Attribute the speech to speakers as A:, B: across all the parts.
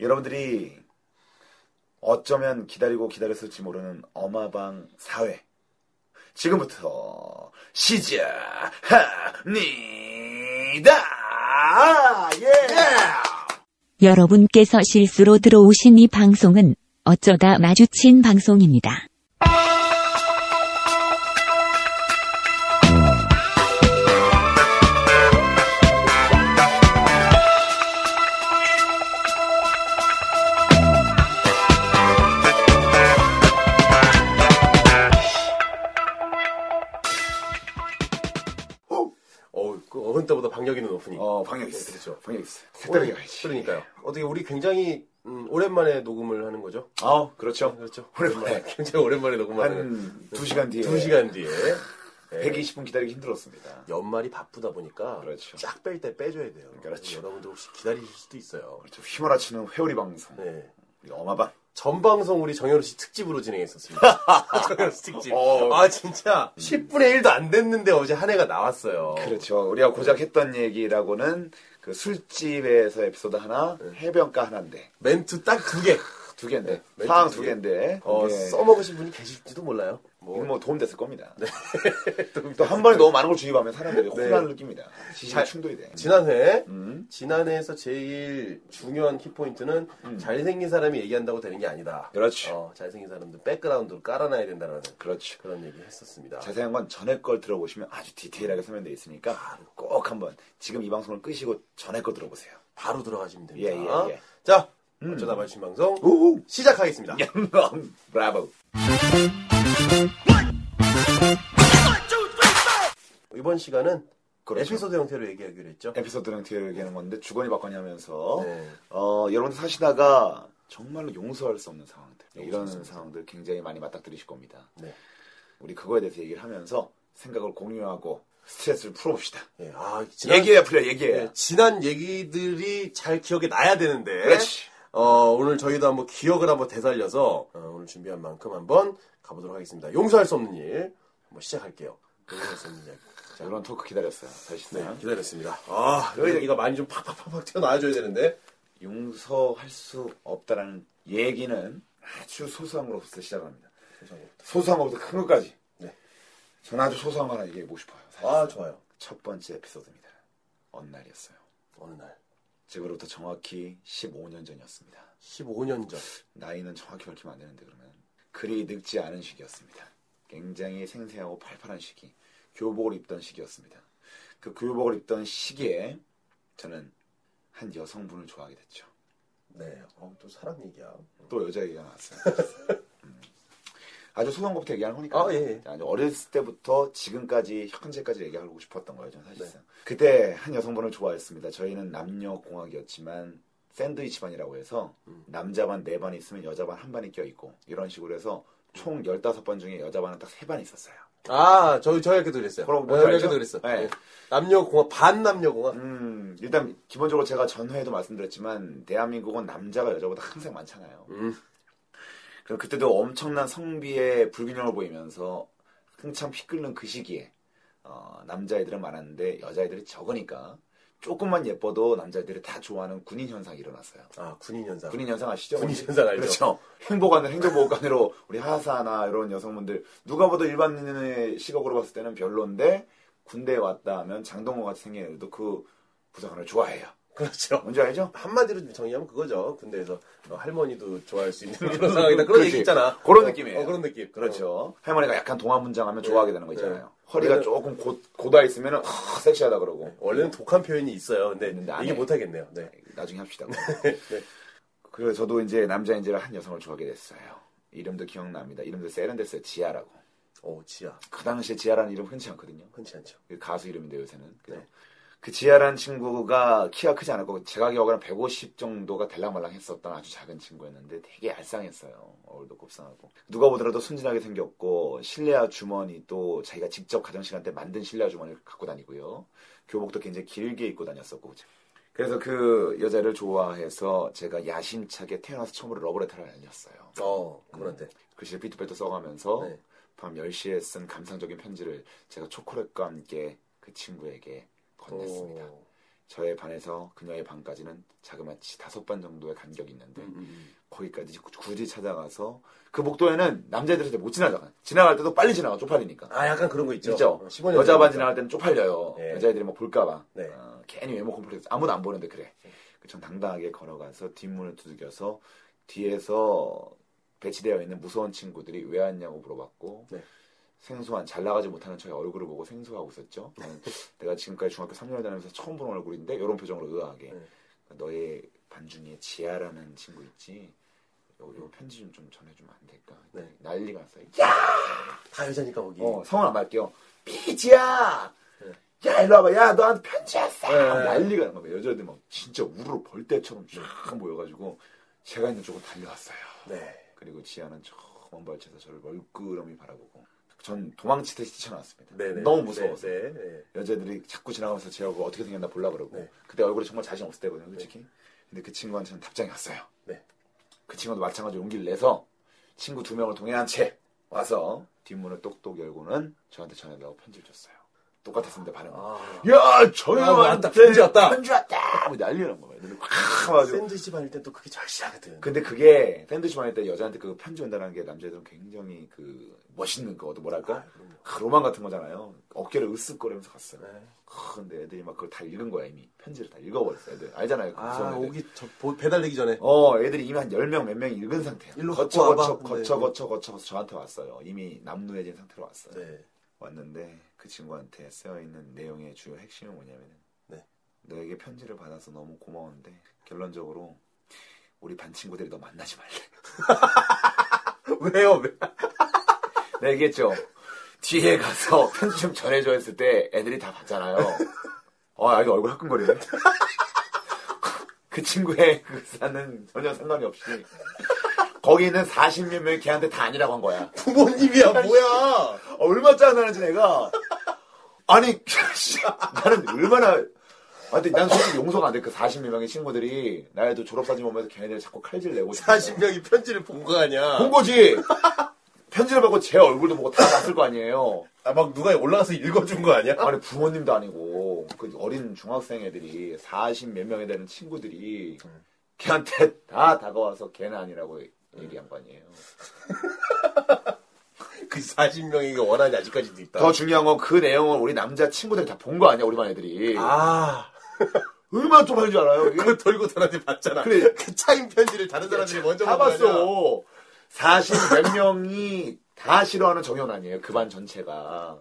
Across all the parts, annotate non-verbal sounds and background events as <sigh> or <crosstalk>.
A: 여러분들이 어쩌면 기다리고 기다렸을지 모르는 어마방 사회 지금부터 시작합니다. 예.
B: 여러분께서 실수로 들어오신 이 방송은 어쩌다 마주친 방송입니다.
C: 어, 그 어른 때보다 방역이는 높으니.
A: 어 아, 방역 있어.
C: 그렇죠.
A: 방역 있어.
C: 오늘,
A: 색다르게 가야지.
C: 그러니까요. 어떻게 우리 굉장히 음, 오랜만에 녹음을 하는 거죠? <laughs>
A: 아 그렇죠.
C: 그렇죠.
A: 오랜만에.
C: 굉장히 오랜만에 녹음하는.
A: 한두 시간 뒤에
C: 두 시간 뒤에. 네.
A: 120분 기다리기 힘들었습니다.
C: 연말이 바쁘다 보니까
A: 그렇죠.
C: 쫙 뺄 때 빼줘야 돼요.
A: 그렇죠.
C: 여러분들 혹시 기다리실 수도 있어요.
A: 그렇죠. 휘몰아치는 회오리 방송.
C: 네.
A: 우리 어마방.
C: 전 방송 우리 정현우 씨 특집으로
A: <laughs>
C: 진행했었습니다. 정현우 씨 특집.
A: 어.
C: 아 진짜 10분의 1도 안 됐는데 어제 한 해가 나왔어요.
A: 그렇죠. 우리가 고작 했던 얘기라고는 그 술집에서 에피소드 하나,
C: 네.
A: 해변가 하나인데
C: 멘트 딱 두 개.
A: 두 개인데
C: 네,
A: 상황
C: 멘트
A: 두
C: 두 개.
A: 개인데
C: 어,
A: 예.
C: 써먹으신 분이 계실지도 몰라요. 뭐 네.
A: 뭐 도움 됐을 겁니다. <laughs> 또 한 번에 너무 많은 걸 주입하면 사람들이 혼란을 느낍니다. 지식
C: 잘-
A: 충돌이 돼.
C: 네. 지난해
A: 음.
C: 지난해에서 제일 중요한 키포인트는 잘생긴 사람이 얘기한다고 되는 게 아니다.
A: 음. 그렇죠.
C: 어, 잘생긴 사람들 백그라운드로 깔아놔야 된다는
A: 그렇죠.
C: 그런 얘기 했었습니다.
A: 자세한 건 전에 걸 들어보시면 아주 디테일하게 설명되어 있으니까 꼭 한번 지금 이 방송을 끄시고 전에 거 들어보세요.
C: 바로 들어가시면 됩니다.
A: 예, 예, 예.
C: 자, 어쩌다 말신 방송
A: 우후. 예.
C: 시작하겠습니다.
A: 양놈 브라보.
C: 이번 시간은
A: 그렇죠.
C: 에피소드 형태로 얘기하기로 했죠.
A: 에피소드랑 뒤에 얘기하는 건데 주거니 받거니 하면서
C: 네.
A: 어, 여러분들 사시다가 정말로 용서할 수 없는 상황들 이런
C: 용서할 수 없는
A: 상황들 굉장히 많이 맞닥뜨리실 겁니다.
C: 네.
A: 우리 그거에 대해서 얘기를 하면서 생각을 공유하고 스트레스를 풀어봅시다.
C: 예, 아, 지난,
A: 얘기해야 풀려 얘기해.
C: 예, 지난 얘기들이 잘 기억에 나야 되는데.
A: 그렇지.
C: 어, 오늘 저희도 한번 기억을 한번 되살려서 어, 오늘 준비한 만큼 한번 가보도록 하겠습니다. 용서할 수 없는 일 한번 시작할게요. 용서할 수 없는 이야기.
A: 자, 이런 토크 기다렸어요.
C: 네,
A: 사실상
C: 기다렸습니다. 아, 이거 얘기가 많이 좀 팍팍팍팍 튀어나와줘야 되는데.
A: 용서할 수 없다라는 얘기는 아주 소소한 것부터 시작합니다. 소소한 것부터 큰 것까지.
C: 네.
A: 저는 아주 소소한 거 하나 얘기해보고 싶어요.
C: 아, 좋아요.
A: 첫 번째 에피소드입니다. 엇날이었어요.
C: 어느 날,
A: 지금으로부터 정확히 15년 전이었습니다.
C: 15년 전.
A: 나이는 정확히 밝히면 안 되는데 그러면 그리 늙지 않은 시기였습니다. 굉장히 생생하고 팔팔한 시기, 교복을 입던 시기였습니다. 그 교복을 입던 시기에 저는 한 여성분을 좋아하게 됐죠.
C: 네, 어, 또 사랑 얘기야.
A: 또 여자 얘기가 나왔어요. 음. 아주 소한것부터 얘기하는 거니까.
C: 아, 예, 예.
A: 아주 어렸을 때부터 지금까지 현재까지 얘기하고 싶었던 거예요, 저는 사실상.
C: 네.
A: 그때 한 여성분을 좋아했습니다. 저희는 남녀 공학이었지만 샌드위치 반이라고 해서
C: 음.
A: 남자 반 네 반 있으면 여자 반 한 반이 껴 있고 이런 식으로 해서 총 15번 중에 여자 반은 딱 세 반 있었어요.
C: 아, 저희, 저희 학교도 그랬어요.
A: 그럼 뭔지
C: 저희
A: 알죠?
C: 학교도 그랬어요.
A: 네.
C: 예. 남녀공학, 반남녀공학.
A: 음, 일단 기본적으로 제가 전회에도 말씀드렸지만 대한민국은 남자가 여자보다 항상 많잖아요.
C: 음.
A: 그러니까 그래서 그때도 엄청난 성비의 불균형을 보이면서 한참 피 끓는 그 시기에 어, 남자애들은 많았는데 여자애들이 적으니까 조금만 예뻐도 남자애들이 다 좋아하는 군인 현상이 일어났어요.
C: 아, 군인 현상.
A: 군인 현상 아시죠?
C: 군인 현상
A: <laughs>
C: 알죠?
A: 그렇죠. 행보관을 행정보호관으로 우리 하사나 이런 여성분들 누가 봐도 일반인의 시각으로 봤을 때는 별론데 군대에 왔다 하면 장동건 같은 생긴 애들도 그 부사관을 좋아해요.
C: 그렇죠.
A: 뭔지 알죠?
C: 한마디로 정의하면 그거죠. 군대에서 어, 할머니도 좋아할
A: <laughs>
C: 수 있는 그런 상황이다. 그런
A: 그렇지.
C: 얘기 있잖아.
A: 그런
C: 어,
A: 느낌이에요.
C: 어, 네. 그런 느낌.
A: 그렇죠. 할머니가 약간 동화 문장하면 좋아하게 되는 거 있잖아요. 허리가
C: 왜냐면-
A: 조금 고, 고다 있으면 아, 섹시하다 그러고
C: 원래는 독한 표현이 있어요. 근데
A: 근데 안
C: 얘기
A: 해.
C: 못 하겠네요. 네.
A: 나중에 합시다.
C: <laughs>
A: 그래서 저도 이제 남자인지라 한 여성을 좋아하게 됐어요. 이름도 기억납니다. 이름도 세련됐어요. 지아라고.
C: 오, 어, 지아.
A: 그 당시에 지아라는 이름 흔치 않거든요.
C: 흔치 않죠.
A: 그 가수 이름인데 요새는 그죠?
C: 네.
A: 그 지아라는 친구가 키가 크지 않았고 제가 기억하는 150 정도가 달랑말랑했었던 아주 작은 친구였는데 되게 알쌍했어요 얼굴도 곱상하고 누가 보더라도 순진하게 생겼고 실내화 주머니 또 자기가 직접 가정 시간 때 만든 실내화 주머니를 갖고 다니고요 교복도 굉장히 길게 입고 다녔었고 그래서 그 여자를 좋아해서 제가 야심차게 태어나서 처음으로 러브레터를 날렸어요
C: 어, 그분한테.
A: 글씨를 삐뚤빼뚤 써가면서
C: 네.
A: 밤 10시에 쓴 감상적인 편지를 제가 초콜릿과 함께 그 친구에게 건넸습니다.
C: 어,
A: 저의 반에서 그녀의 반까지는 자그마치 다섯 반 정도의 간격이 있는데
C: 음, 음.
A: 거기까지 굳이 찾아가서 그 목도에는 남자애들한테 못 지나가. 지나갈 때도 빨리 지나가 쪽팔리니까.
C: 아 약간 그런 거 있죠.
A: 있죠.
C: 어, 15년
A: 여자 반
C: 전이니까.
A: 지나갈 때는 쪽팔려요.
C: 네.
A: 여자애들이 뭐 볼까봐.
C: 네.
A: 어, 괜히 외모 콤플렉스 아무도 안 보는데 그래. 전 당당하게 걸어가서 뒷문을 두들겨서 뒤에서 배치되어 있는 무서운 친구들이 왜 왔냐고 물어봤고
C: 네.
A: 생소한 잘 나가지 못하는 저의 얼굴을 보고 생소하고 있었죠.
C: 네.
A: 나는 내가 지금까지 중학교 3년을 다니면서 처음 보는 얼굴인데 이런 표정으로 의아하게 그러니까
C: 네.
A: 너의 반중에 지아라는 친구 있지. 요, 요 편지 좀, 좀 전해주면 안 될까?
C: 네.
A: 난리가 났어요.
C: 다 여자니까 거기.
A: 어, 성은 안 말게요. 삐지야! 야, 일로 와봐. 야, 너한테 편지 왔어!
C: 네.
A: 난리가 난 거예요. 여자애들 막 진짜 우르르 벌떼처럼 쫙 모여가지고 제가 있는 쪽으로 달려왔어요.
C: 네.
A: 그리고 지아는 저먼 발치에서 저를 멀끄러미 바라보고 전 도망치듯이 뛰쳐나왔습니다.
C: 네네.
A: 너무 무서워서.
C: 네, 네, 네.
A: 여자들이 자꾸 지나가면서 제 얼굴 어떻게 생겼나 보려 그러고
C: 네.
A: 그때 얼굴이 정말 자신 없을 때거든요 솔직히 근데 그 친구한테는 답장이 왔어요
C: 네.
A: 그 친구도 마찬가지로 용기를 내서 친구 두 명을 동행한 채 와서 뒷문을 똑똑 열고는 저한테 전해달라고 편지를 줬어요 똑같았습니다 반응은
C: 아.
A: 야
C: 아,
A: 저형한테
C: 왔다, 편지 왔다.
A: 편지 왔다 뭐 난리 난 거예요 애들이 확 와가지고
C: 아. 샌드위치 반일 땐또 그게 절실하거든.
A: 근데 그게 샌드위치 만일 때 여자한테 그 편지 온다는 게 남자애들은 굉장히 그 멋있는 거 뭐랄까
C: 아, 그럼요.
A: 그 로망 같은 거잖아요 어깨를 으쓱거리면서 갔어요
C: 네.
A: 크, 근데 애들이 막 그걸 다 읽은 거야 이미 편지를 다 읽어버렸어 애들 알잖아요 그 무서운
C: 아
A: 애들.
C: 오기 저, 보- 배달되기 전에.
A: 어 애들이 이미 한 10명 몇 명이 읽은 상태야
C: 일로
A: 거쳐
C: 갖고
A: 거쳐
C: 와봐.
A: 거쳐
C: 네.
A: 거쳐 거쳐 거쳐 저한테 왔어요 이미 남루해진 상태로 왔어요
C: 네.
A: 왔는데 그 친구한테 쓰여있는 내용의 주요 핵심이 뭐냐면은
C: 네.
A: 너에게 편지를 받아서 너무 고마운데 결론적으로 우리 반 친구들이 너 만나지 말래 <laughs>
C: 왜요? 왜?
A: 내가 얘기했죠 뒤에 가서 편지 좀 전해줘 했을 때 애들이 다 봤잖아요 아 아이도 얼굴 화끈거리네 <laughs> 그 친구의 그 사는 전혀 상관이 없이 거기 있는 40몇 명이 걔한테 다 아니라고 한 거야
C: 부모님이야
A: 아,
C: 뭐야?
A: 어, 얼마 짜증나는지 내가 아니 <laughs> 씨, 나는 얼마나 아, 근데 난 솔직히 용서가 안 돼. 그 40명의 친구들이 나의 또 졸업사진 보면서 걔네들 자꾸 칼질 내고. 있어요.
C: 40명이 편지를 본 거 아니야?
A: 본 거지! 편지를 받고 제 얼굴도 보고 다 봤을 거 아니에요.
C: 아 막 누가 올라가서 읽어준 거 아니야?
A: 아니, 부모님도 아니고, 그 어린 중학생 애들이 40 몇 명이 되는 친구들이 걔한테 다 다가와서 걔는 아니라고 얘기한 거 아니에요.
C: 그 40명이 원한이 아직까지도 있다.
A: 더 중요한 건 그 내용을 우리 남자 친구들이 다 본 거 아니야, 우리 반 애들이.
C: 아
A: 얼마나 좁아진 줄 알아요? 이게?
C: 그거 돌고 돌아서 봤잖아.
A: 그래.
C: 그 차인 편지를 다른 사람들이 먼저
A: 다
C: 본거 아니야?
A: 봤어. 40몇 명이 다 싫어하는 정연 아니에요. 그 반 전체가.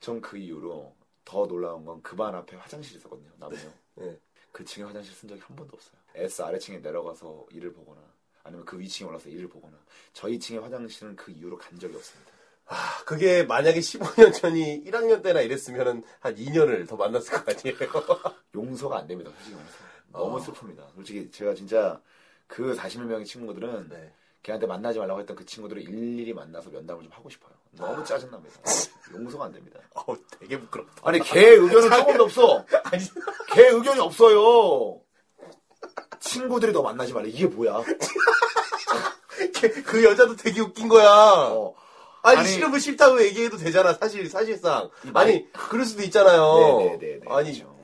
A: 전 그 이후로 더 놀라운 건 그 반 앞에 화장실이 있었거든요. 남녀.
C: 네.
A: 그 층에 화장실 쓴 적이 한 번도 없어요. S 아래층에 내려가서 일을 보거나 아니면 그 위층에 올라서 일을 보거나 저희 층의 화장실은 그 이후로 간 적이 없습니다.
C: 아, 그게 만약에 15년 전이 1학년 때나 이랬으면 한 2년을 더 만났을 거 아니에요?
A: 용서가 안 됩니다. 솔직히 말해서.
C: 어.
A: 너무 슬픕니다. 솔직히 제가 진짜 그 41명의 친구들은
C: 네.
A: 걔한테 만나지 말라고 했던 그 친구들을 일일이 만나서 면담을 좀 하고 싶어요. 너무 짜증납니다. 용서가 안 됩니다.
C: <laughs> 어, 되게 부끄럽다.
A: 아니 걔 의견은 조금도 <laughs> 없어.
C: 아니,
A: 걔 의견이 없어요. 친구들이 너 만나지 말래. 이게 뭐야?
C: 걔- 그 여자도 되게 웃긴 거야.
A: 어.
C: 아니,
A: 아니,
C: 싫으면 싫다고 얘기해도 되잖아, 사실, 사실상.
A: 이 말-
C: 아니, 그럴 수도
A: 어.
C: 있잖아요.
A: 네네네네.
C: 아니,
A: 그렇죠.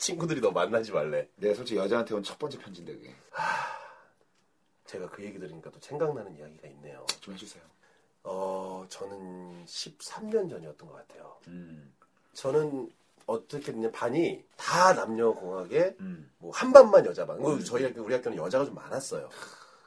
C: 친구들이 너 만나지 말래.
A: 네, 솔직히 여자한테 온 첫 번째 편지인데 그게
C: 제가 그 얘기 들으니까 또 생각나는 이야기가 있네요.
A: 좀 해주세요.
C: 어, 저는 13년 전이었던 것 같아요.
A: 음,
C: 저는 어떻게 됐냐, 반이 다 남녀공학에
A: 음,
C: 뭐 한 반만 여자반. 음. 저희 학교, 우리 학교는 여자가 좀 많았어요.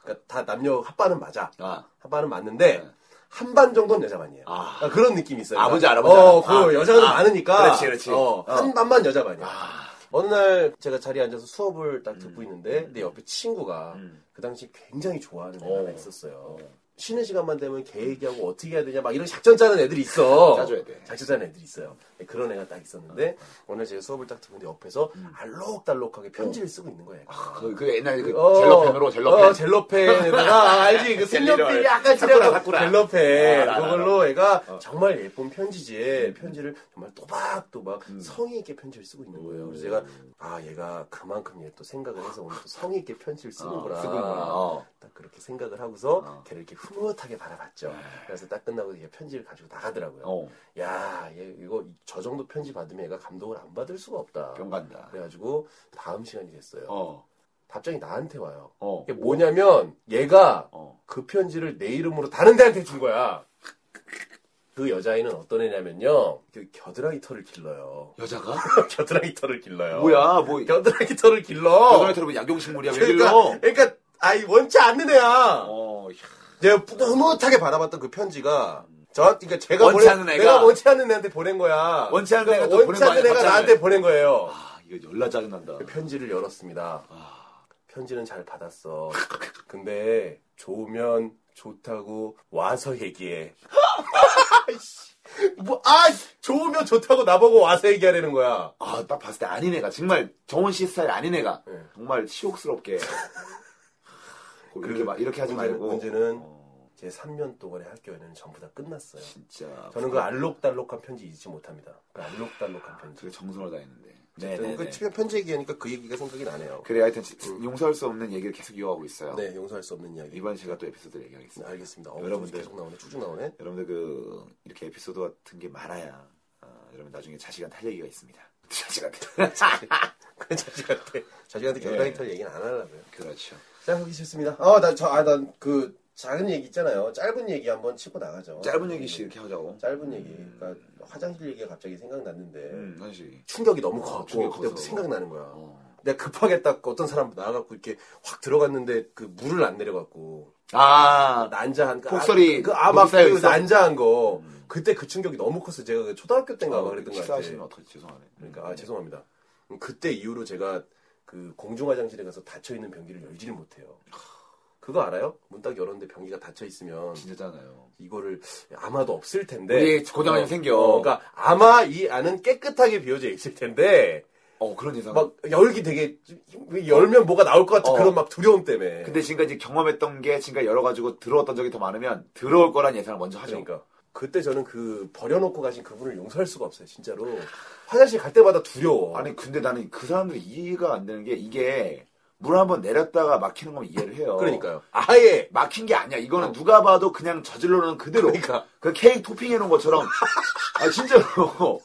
C: 그러니까 다 남녀 합반은 맞아.
A: 아,
C: 합반은 맞는데,
A: 네.
C: 한 반 정도는 여자반이에요.
A: 아.
C: 그러니까 그런 느낌이 있어요.
A: 아, 뭔지 알아, 뭔지
C: 어,
A: 알아.
C: 그
A: 아.
C: 여자가
A: 아.
C: 많으니까.
A: 그렇지, 그렇지.
C: 어, 한 반만 여자반이야.
A: 아,
C: 어느 날 제가 자리에 앉아서 수업을 딱 듣고 있는데, 내 옆에 친구가
A: 음.
C: 그 당시 굉장히 좋아하는
A: 어.
C: 애가 하나 있었어요.
A: 어.
C: 쉬는 시간만 되면 걔 얘기하고 어떻게 해야 되냐 막 이런 작전 짜는 애들이 있어.
A: 짜줘야 돼. 어.
C: 작전 짜는 애들이 있어요. 네, 그런 애가 딱 있었는데 오늘 제가 수업을 딱 듣는데 옆에서 알록달록하게 편지를 쓰고 있는 거예요.
A: 음. 어. 그, 그 옛날에 그
C: 어,
A: 젤러펜으로 젤러펜. 아,
C: 어,
A: <laughs>
C: 젤러펜에다가 알지 그
A: 젤리를.
C: 색연필
A: 사쿠라,
C: 약간 칠해서
A: 사쿠라. 어. 음,
C: 젤러펜
A: 알아, 알아,
C: 그걸로 애가 정말 예쁜 편지지에 편지를 정말 또박또박
A: 음.
C: 성의 있게 편지를 쓰고 있는 거예요. 그래서 제가 아 얘가 그만큼 얘 또 생각을 해서 오늘 또 성의 있게 편지를 쓰는구나.
A: 쓰는구나. 어.
C: 딱 그렇게 생각을 하고서
A: 어. 네.
C: 걔를 이렇게 후 흐뭇하게 바라봤죠. 그래서 딱 끝나고 얘 편지를 가지고 나가더라고요.
A: 어,
C: 야, 얘 이거 저 정도 편지 받으면 얘가 감동을 안 받을 수가 없다.
A: 병 간다.
C: 그래가지고 다음 시간이 됐어요.
A: 어,
C: 답장이 나한테 와요.
A: 어,
C: 이게 뭐냐면 얘가
A: 어.
C: 그 편지를 내 이름으로 다른 데한테 준 거야. 그 여자애는 어떤 애냐면요. 그 겨드랑이 털을 길러요. <laughs>
A: 여자가?
C: 겨드랑이 털을 길러요.
A: 뭐야, 뭐.
C: 겨드랑이 털을 길러.
A: 여자한테 들어보면 약용식물이야, 왜
C: 그러니까,
A: 길러?
C: 그러니까 아이 원치 않는 애야.
A: 어, 야.
C: 내가 흐뭇하게 바라봤던 그 편지가 저 그러니까 제가
A: 원치
C: 보낸-
A: 않은 애가-
C: 내가 원치 않은 애한테 보낸 거야. 그러니까
A: 원치 않은 애가 또 보낸
C: 원치
A: 거
C: 않은
A: 아니야,
C: 애가
A: 갑자기.
C: 나한테 보낸 거예요.
A: 아, 이거 열나 짜증난다.
C: 그 편지를 열었습니다.
A: 아,
C: 편지는 잘 받았어. <laughs> 근데 좋으면 좋다고 와서 얘기해. 아이씨. <laughs> 뭐, 아, 좋으면 좋다고 나보고 와서 얘기하라는 거야.
A: 아, 딱 봤을 때 아닌 애가. 정말 정원 씨 스타일 아닌 애가.
C: 네.
A: 정말 <laughs> 치욕스럽게. 뭐 이렇게, 막, 이렇게 하지
C: 문제는-
A: 그 말고.
C: 문제는
A: 어,
C: 제 3년 동안의 학교 연애는 전부 다 끝났어요.
A: 진짜.
C: 저는 그 알록달록한 편지 잊지 못합니다. 그 알록달록한 편지.
A: 되게 정성을 다했는데. 네,
C: 저는 그 집에 편지 얘기하니까 그 얘기가 생각이 나네요.
A: 그래, 하여튼 지- 용서할 수 없는 얘기를 계속 이어가고 있어요.
C: 네, 용서할 수 없는 이야기.
A: 이번 제가 또 에피소드를 얘기하겠습니다.
C: 알겠습니다. 어,
A: 여러분들.
C: 여러분들 계속 나오네, 쭉쭉 나오네.
A: 여러분들 그 이렇게 에피소드 같은 게 많아야 어, 여러분 나중에 자식한테 할 얘기가 있습니다. <laughs> 자식한테.
C: 그 자식한테 자식한테 결단이
A: 예.
C: 털 얘기는 안 하려고요.
A: <laughs> 그렇죠.
C: 자, 하기 싫습니다. 아, 나 저, 아, 난그 작은 얘기 있잖아요. 짧은 얘기 한번 치고 나가죠.
A: 음. 짧은 얘기씩 이렇게 하자고.
C: 짧은 얘기. 그러니까 화장실 얘기가 갑자기 생각났는데
A: 음, 사실.
C: 충격이 너무 커갖고
A: 충격이
C: 그때부터
A: 커서.
C: 생각나는 거야.
A: 어.
C: 내가 급하게 딱 어떤 사람 나가갖고 이렇게 확 들어갔는데 그 물을 안 내려갖고
A: 아,
C: 난자한 그
A: 폭설이
C: 아, 그 아마
A: 녹이 쌓여
C: 그
A: 있어?
C: 난자한 거 그때 그 충격이 너무 컸어. 제가 그 초등학교 때인가
A: 아,
C: 아마 그랬던 것 같아.
A: 식사하시면 어떡하지? 죄송하네.
C: 그러니까 아 죄송합니다. 그때 이후로 제가 그 공중 화장실에 가서 닫혀 있는 변기를 열지를 못해요. 그거 알아요? 문 딱 열었는데 변기가 닫혀 있으면
A: 진짜잖아요.
C: 이거를 아마도 없을 텐데.
A: 우리 고장이 생겨.
C: 어, 그러니까 아마 이 안은 깨끗하게 비워져 있을 텐데
A: 어, 그런 예상.
C: 막 열기 되게 좀 힘- 열면 뭐가 나올 것 같은
A: 어.
C: 그런 막 두려움 때문에.
A: 근데 지금까지 경험했던 게 지금까지 열어가지고 들어왔던 적이 더 많으면 들어올 거란 예상을 먼저 하죠.
C: 그러니까 그때 저는 그 버려놓고 가신 그분을 용서할 수가 없어요. 진짜로 화장실 갈 때마다 두려워.
A: 어. 아니 근데 나는 그 사람들이 이해가 안 되는 게 이게 물 한 번 내렸다가 막히는 건 이해를 해요.
C: 그러니까요. 아예
A: 막힌 게 아니야. 이거는 누가 봐도 그냥 저질러 놓은 그대로.
C: 그러니까.
A: 그 케이크 토핑해 놓은 것처럼. 아 진짜로.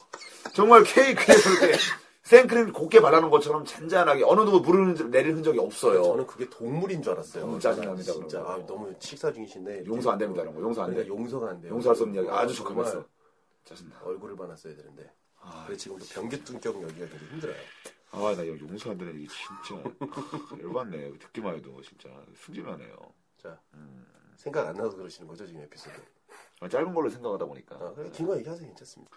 A: 정말 케이크 그냥 이렇게 생크림 곱게 발라놓은 것처럼 잔잔하게 어느 누구 물을 내릴 흔적이 없어요.
C: 저는 그게 동물인 줄 알았어요.
A: 너무 짜증납니다,
C: 진짜
A: 그런 거.
C: 아, 너무 식사 중이신데
A: 용서 안 됩니다, 이런 거. 용서 안
C: 그러니까
A: 돼.
C: 용서가 안 돼.
A: 용서할 수 없는 이야기. 아주
C: 정말
A: 적합했어. 짜증나.
C: 얼굴을 받았어야 되는데.
A: 아,
C: 그래 지금 변기 뚱격 여기가 되게 힘들어요.
A: 아, 나 이거 용서 안 되는 얘기 진짜. 열받네. 듣기만 해도 진짜. 승질나네요.
C: 자 생각 안 나서 그러시는 거죠 지금 에피소드.
A: 아, 네. 짧은 걸로 생각하다 보니까.
C: 아, 그래, 긴거 얘기하세요 괜찮습니다.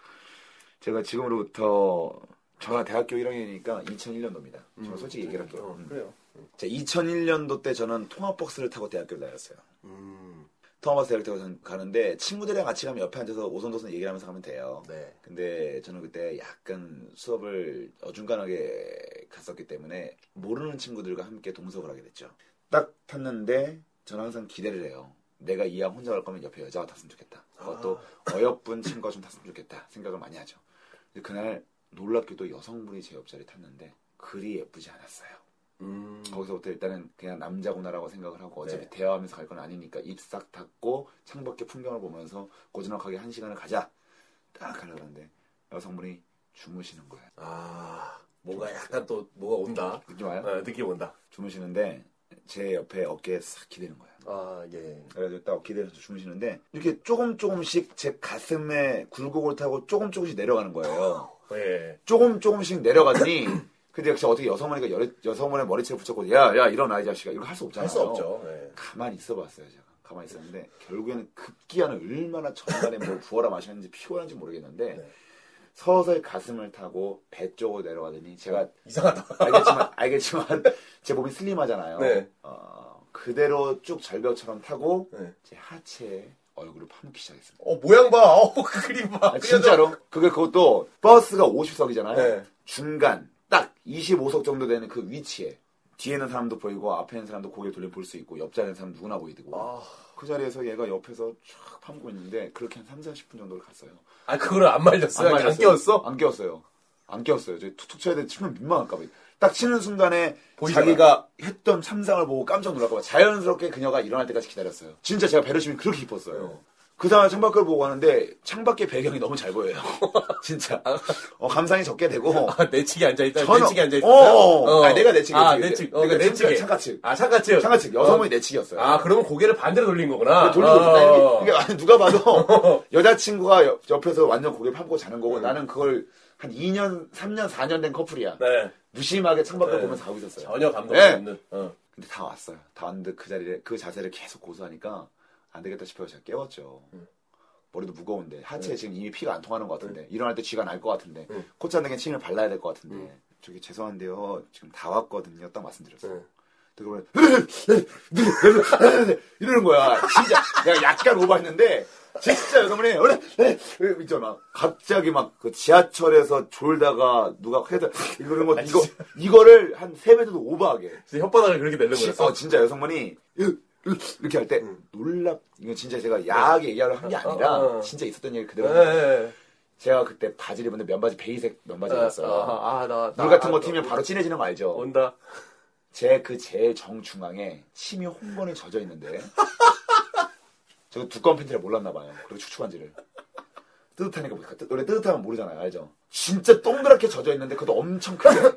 A: 제가 지금으로부터 저가 대학교 1학년이니까 2001년도입니다. 저 음, 솔직히 얘기할게요. 음.
C: 어, 그래요.
A: 자, 2001년도 때 저는 통합버스를 타고 대학교를 다녔어요.
C: 음,
A: 통합버스 대학교 타고 가는데 친구들이랑 같이 가면 옆에 앉아서 오손도손 얘기를 하면서 가면 돼요.
C: 네.
A: 근데 저는 그때 약간 수업을 어중간하게 갔었기 때문에 모르는 친구들과 함께 동석을 하게 됐죠. 딱 탔는데 저는 항상 기대를 해요. 내가 이왕 혼자 갈 거면 옆에 여자가 탔으면 좋겠다. 그것도 어여쁜 친구가 좀 탔으면 좋겠다 생각을 많이 하죠. 근데 그날 놀랍게도 여성분이 제 옆자리에 탔는데 그리 예쁘지 않았어요.
C: 음,
A: 거기서부터 일단은 그냥 남자구나라고 생각을 하고 어차피
C: 네.
A: 대화하면서 갈 건 아니니까 입 싹 닫고 창밖의 풍경을 보면서 고즈넉하게 한 시간을 가자 딱 하려고 하는데 여성분이 주무시는 거예요
C: 아 뭔가 약간 또 뭐가 온다.
A: 느낌 와요?
C: 아, 느낌 온다.
A: 주무시는데 제 옆에 어깨에 싹 기대는 거예요
C: 아 예.
A: 그래서 딱 기대면서 주무시는데 이렇게 조금 조금씩 제 가슴에 굴곡을 타고 조금 조금씩 내려가는 거예요
C: 예.
A: 조금 조금씩
C: <coughs>
A: 내려가더니 근데 역시 어떻게 여성분이가 여, 여성분의 머리채를 붙잡고 야야 일어나 이 자식아 이거 할 수 없잖아요
C: 할 수 없죠. 예.
A: 가만히 있어봤어요 제가 가만히 있었는데 결국에는 급기야는 얼마나 전날에 뭐 부어라 마셨는지 피곤한지 모르겠는데
C: 네.
A: 서서히 가슴을 타고 배 쪽으로 내려가더니 제가
C: 이상하다. <laughs>
A: 알겠지만 알겠지만 제 몸이 슬림하잖아요
C: 네.
A: 어, 그대로 쭉 절벽처럼 타고
C: 네.
A: 제 하체에 얼굴을 파묻기 시작했습니다
C: 어 모양 봐. 어그 <laughs> 그림 봐.
A: 아, 진짜로 그게 그것도 버스가 50석이잖아요
C: 네.
A: 중간 딱 25석 정도 되는 그 위치에 뒤에 있는 사람도 보이고 앞에 있는 사람도 고개 돌려 볼 수 있고 옆자리에 있는 사람 누구나 보이고
C: 아,
A: 그 자리에서 얘가 옆에서 쫙 파묻고 있는데 그렇게 한 3, 40분 정도를 갔어요.
C: 아 그걸 안 말렸어요. 안,
A: 말렸어요.
C: 끼웠어?
A: 안 깨웠어요. 안 깨웠어요. 저 툭툭 쳐야 돼. 치면 민망할까봐. 딱 치는 순간에
C: 보이잖아.
A: 자기가 했던 참상을 보고 깜짝 놀랄까봐 자연스럽게 그녀가 일어날 때까지 기다렸어요. 진짜 제가 배려심이 그렇게
C: 네.
A: 깊었어요. 그 다음에 창밖을 보고 하는데 창밖의 배경이 너무 잘 보여요. <laughs> 진짜. 어, 감상이 적게 되고.
C: 아, 내측에 앉아있다.
A: 전혀-
C: 내측에 앉아있다.
A: 어, 어. 아니, 내가 내측에
C: 아,
A: 앉아있대.
C: 내측. 어,
A: 내가
C: 그러니까 내측에.
A: 창가- 창가측.
C: 아, 창가측.
A: 창가측 여성분이 내치기였어요.
C: 어. 아, 그러면 고개를 반대로 돌린 거구나.
A: 돌리고
C: 어.
A: 있다. 이렇게. 이게 아니, 누가
C: <laughs>
A: 봐도 여자친구가 옆- 옆에서 완전 고개 파보고 자는 거고 나는 그걸 한 2년, 3년, 4년 된 커플이야.
C: 네.
A: 무심하게 창밖을
C: 네.
A: 보면서 가고 있었어요.
C: 전혀 감동
A: 네.
C: 없는. 어.
A: 근데 다 왔어요. 다 왔는데 그 자리에 그 자세를 계속 고수하니까 안 되겠다 싶어서 제가 깨웠죠. 머리도 무거운데 하체에 지금 이미 피가 안 통하는 것 같은데 일어날 때 쥐가 날 것 같은데
C: 응.
A: 콧잔등에 침을 발라야 될 것 같은데 저기 죄송한데요 지금 다 왔거든요 딱 말씀드렸어요.
C: 응.
A: 그러면 <laughs> 이러는 거야. 진짜 내가 약간 오버했는데 진짜 여러분이 원래 이제 막 갑자기 막 그 지하철에서 졸다가 누가 해서 이러는 거 이거 이거를 한 세 배 정도 오버하게.
C: 진짜 혓바닥을 그렇게 내는
A: 지-
C: 거였어.
A: 어, 진짜 여성분이 으- 으- 이렇게 할 때 놀랍 이거 진짜 제가 야하게 얘기하려 한 게 아니라
C: 음. 어, 어, 어.
A: 진짜 있었던 얘기
C: 네,
A: 그대로
C: 네, 네.
A: 제가 그때 바지를 입었는데 면바지 베이색 면바지를 입었어요
C: 아, 아, 나, 나-
A: 물 같은 거
C: 나-
A: 튀면 바로 진해지는 거 알죠?
C: 온다.
A: 제 그 제일 정중앙에 침이 홍건에 젖어
C: <laughs>
A: 있는데 저 두꺼운 팬티를 몰랐나 봐요 그리고 축축한지를 뜨뜻하니까 뭐- 뜨- 원래 뜨뜻하면 모르잖아요 알죠? 진짜 동그랗게 젖어 있는데 그것도 엄청
C: <laughs>
A: 크게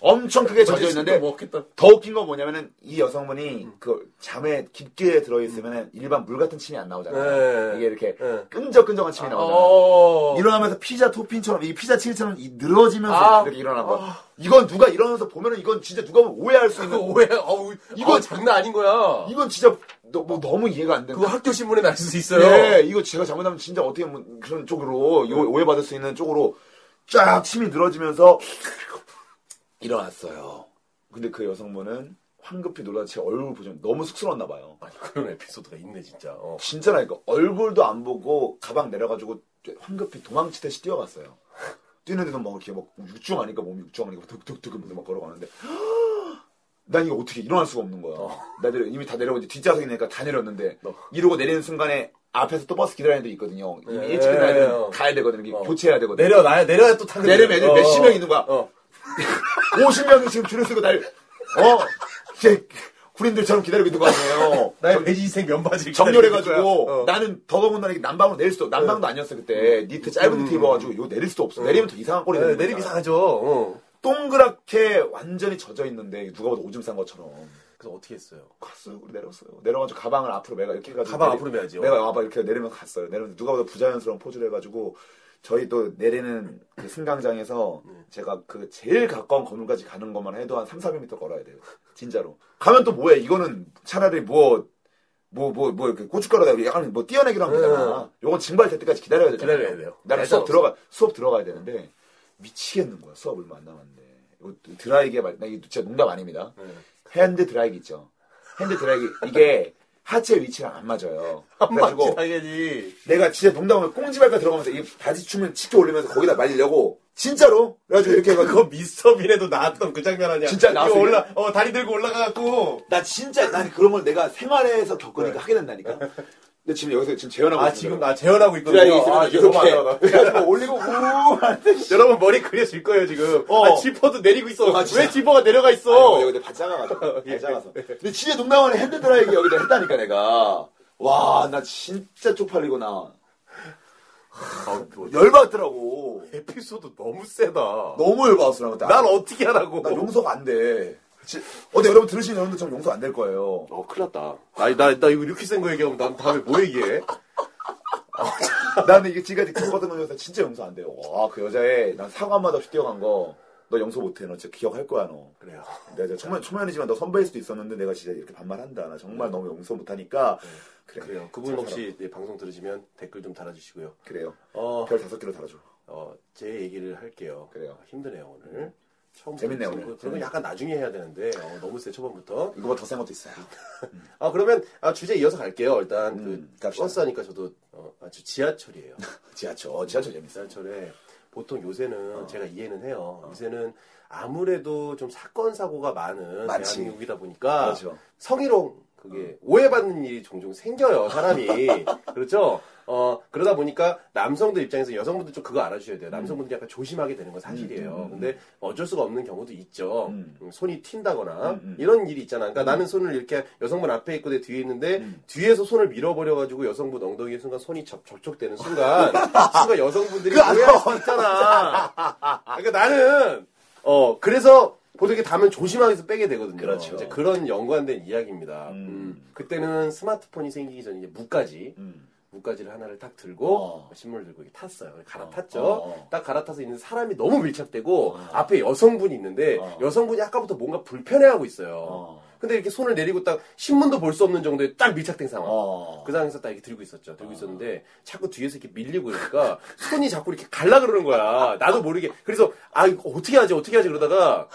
A: 엄청 크게 젖어 있는데
C: 먹겠다.
A: 더 웃긴 건 뭐냐면은 이
C: 음.
A: 여성분이 그 잠에 깊게 들어있으면은 일반 물 같은 침이 안 나오잖아요.
C: 네.
A: 이게 이렇게
C: 네.
A: 끈적끈적한 침이 나오잖아요.
C: 어.
A: 일어나면서 피자 토핑처럼 이 피자 칠처럼 이 늘어지면서
C: 아. 아,
A: 이렇게 일어나는 거. 이건 누가 일어나서 보면은 이건 진짜 누가 보면 오해할 수
C: 그거
A: 있는.
C: 오해. 어우, 이거
A: 이거-
C: 장난 아닌 거야.
A: 이건 진짜 너, 뭐 너무 이해가 안 되는.
C: 그거 학교 신문에 날 수도 있어요.
A: 네, 이거 제가 잘못하면 진짜 어떻게 보면 그런 쪽으로 요- 오해받을 수 있는 쪽으로 쫙 침이 늘어지면서 <laughs> 일어났어요. 근데 그 여성분은 황급히 놀라 제 얼굴 보지 너무 쑥스러웠나 봐요.
C: 아니, 그런 에피소드가 있네 진짜. 어.
A: 진짜라니까 얼굴도 안 보고 가방 내려가지고 황급히 도망치듯이 뛰어갔어요. 뛰는데도 막 이렇게 막 육중하니까 몸이 육중하니까 득득득 하면서 막 걸어가는데 난 이거 어떻게 일어날 수가 없는 거야. 나 내려- 이미 다 내려오고 이제 뒷좌석이니까 다 내렸는데
C: 어. 이러고
A: 이러고 내리는 순간에 앞에서 또 버스 기다리는 데 있거든요. 이미
C: 예.
A: 일찍 나야 되는 가야 되거든요. 이게
C: 어.
A: 교체해야 되거든요.
C: 내려놔야 내려야 또 타는.
A: 내리면 애들 몇십 명 있는 거야.
C: 어.
A: 50명이 지금 줄을 서고 날 어, 제 군인들처럼 기다리고 있는 거 아니에요.
C: 나의 매지생 면바지.
A: 정렬해가지고
C: 어. 네.
A: 나는 더더군다나 이게 난방으로 내릴 수도 난방도 아니었어 그때 니트 짧은 니트 입어가지고 이거 내릴 수도 없어 내리면 더 이상한 꼴이
C: 음, 네,
A: 되는
C: 내리기
A: 거잖아.
C: 이상하죠. 어.
A: 동그랗게 완전히 젖어 있는데 누가 봐도 오줌 싼 것처럼
C: 그래서
A: <laughs>
C: 어떻게 했어요?
A: 갔어요 우리 내렸어요 내려가지고 가방을 앞으로 내가 이렇게 해가지고
C: 가방 앞으로 매야지.
A: 내가 와봐 이렇게 내리면 갔어요 내리면 누가 봐도 부자연스러운 포즈를 해가지고 저희 또 내리는 그 승강장에서 제가 그 제일 가까운 건물까지 가는 것만 해도 한 3, 400m 걸어야 돼요 진짜로 가면 또 뭐해 이거는 차라리 뭐 뭐, 뭐, 뭐, 이렇게 고춧가루다, 약간 뭐, 띄어내기로 하면 되잖아. 요건 증발 될 때까지 기다려야 되잖아.
C: 기다려야 돼요. 네,
A: 나는
C: 대상
A: 수업 들어가, 수업 들어가야 되는데, 미치겠는 거야. 수업 얼마 안 남았는데. 이거 드라이기에 말, 나 이거 진짜 농담 아닙니다.
C: 네.
A: 핸드 드라이기 있죠. 핸드 드라이기, 이게 하체 위치랑 안 맞아요.
C: 한마지
A: 그래가지고,
C: 당연히.
A: 내가 진짜 농담하면 꽁지발까 들어가면서 이 바지 춤을 직접 올리면서 거기다 말리려고, 진짜로? 그래가지고 이렇게 해가지고,
C: 그거 미스터 빈에도 나왔던 그 장면 아니야?
A: 진짜
C: 이거
A: 나왔어요?
C: 올라, 어 다리 들고 올라가갖고.
A: 나 진짜, 난 그런 걸 내가 생활에서 겪으니까 하게 된다니까. 근데 지금 여기서 네. 지금 재현하고
C: 아
A: 있습니다.
C: 지금 나 재현하고 있거든요.
A: 드라이기 있으면
C: 아, 너무 안 나와.
A: 이렇게 어. 그래가지고 올리고 우한테
C: 여러분 머리 그려질 거예요 지금.
A: 어.
C: 아, 지퍼도 내리고 있어.
A: 아,
C: 왜
A: 진짜.
C: 지퍼가 내려가 있어?
A: 어 여기 발 작아가지고 발 작아서 근데 진짜 농담하는 핸드드라이기 여기다 했다니까 내가 와 나 진짜 쪽팔리고 나
C: 아, 뭐,
A: 열받더라고
C: 에피소드 너무 세다.
A: 너무 열받았어 나 그때
C: 난 어떻게 하라고?
A: 나 용서가 안돼 어때 네, 여러분 들으시는 여러분들 참 용서 안 될 거예요
C: 어, 큰일 났다. 나, 나, 나 이거 이렇게 센 거 얘기하면 난 다음에 뭐 얘기해?
A: 나는 이게 지금까지 겪었던 거여서 진짜 용서 안 돼요 와 그 여자애 난 사과 한마디 없이 뛰어간 거 너 용서 못해 너 진짜 기억할 거야 너
C: 그래요.
A: 내가 진짜 초면, 초면이지만 너 선배일 수도 있었는데 내가 진짜 이렇게 반말한다 나 정말 너무 용서 못하니까 그래
C: 네, 그래요. 그분 혹시 네, 방송 들으시면 댓글 좀 달아주시고요.
A: 그래요
C: 어,
A: 별 다섯 개로 달아줘
C: 어, 제 얘기를 할게요.
A: 그래요.
C: 힘드네요, 오늘. 처음
A: 재밌네요, 오늘.
C: 그러면 약간 나중에 해야 되는데, 어, 너무 세, 초반부터.
A: 이거보다 뭐 더센 것도 있어요
C: 아, 그러면, 아, 주제 이어서 갈게요. 일단,
A: 음,
C: 그,
A: 갑시다.
C: 버스 하니까 저도, 어, 아주 지하철이에요.
A: 지하철 어, 지하철 재밌어
C: 지하철에 보통 요새는
A: 어.
C: 제가 이해는 해요. 요새는 아무래도 좀 사건 사고가
A: 많지.
C: 많은
A: 그렇죠.
C: 대한민국이다 보니까
A: 맞아.
C: 성희롱
A: 음.
C: 그게 오해받는 일이 종종 생겨요
A: <laughs>
C: 사람이 그렇죠 어 그러다 보니까 남성들 입장에서 여성분들 좀 그거 알아주셔야 돼요 남성분들이 약간 조심하게 되는 건 사실이에요
A: 음, 음, 음.
C: 근데 어쩔 수가 없는 경우도 있죠
A: 음.
C: 음, 손이 튄다거나
A: 음, 음. 음.
C: 이런 일이 있잖아 그러니까 나는 손을 이렇게 여성분 앞에 있고 내 뒤에 있는데 뒤에서 손을 밀어버려 가지고 여성분 엉덩이에 순간 손이 접,
A: <laughs>
C: 접촉되는 순간 순간 여성분들이 오해할 수 있잖아 그러니까 나는 어 그래서 보통 이렇게 담은 조심하면서 빼게 되거든요.
A: 그렇죠.
C: 이제 그런 연관된 이야기입니다.
A: 음.
C: 음. 그때는 스마트폰이 생기기 전에 이제 무까지
A: 음.
C: 무까지를 하나를 딱 들고
A: 어.
C: 신문을 들고 이렇게 탔어요. 갈아탔죠.
A: 어, 어.
C: 딱 갈아타서 있는 사람이 너무 밀착되고
A: 어.
C: 앞에 여성분이 있는데
A: 어.
C: 여성분이 아까부터 뭔가 불편해하고 있어요.
A: 어.
C: 근데 이렇게 손을 내리고 딱 신문도 볼 수 없는 정도에 딱 밀착된 상황.
A: 어.
C: 그 상황에서 딱 이렇게 들고 있었죠. 들고 있었는데 자꾸 뒤에서 이렇게 밀리고 이러니까 손이 자꾸 이렇게 갈라 그러는 거야. 나도 모르게. 그래서 아 이거 어떻게 하지 어떻게 하지 그러다가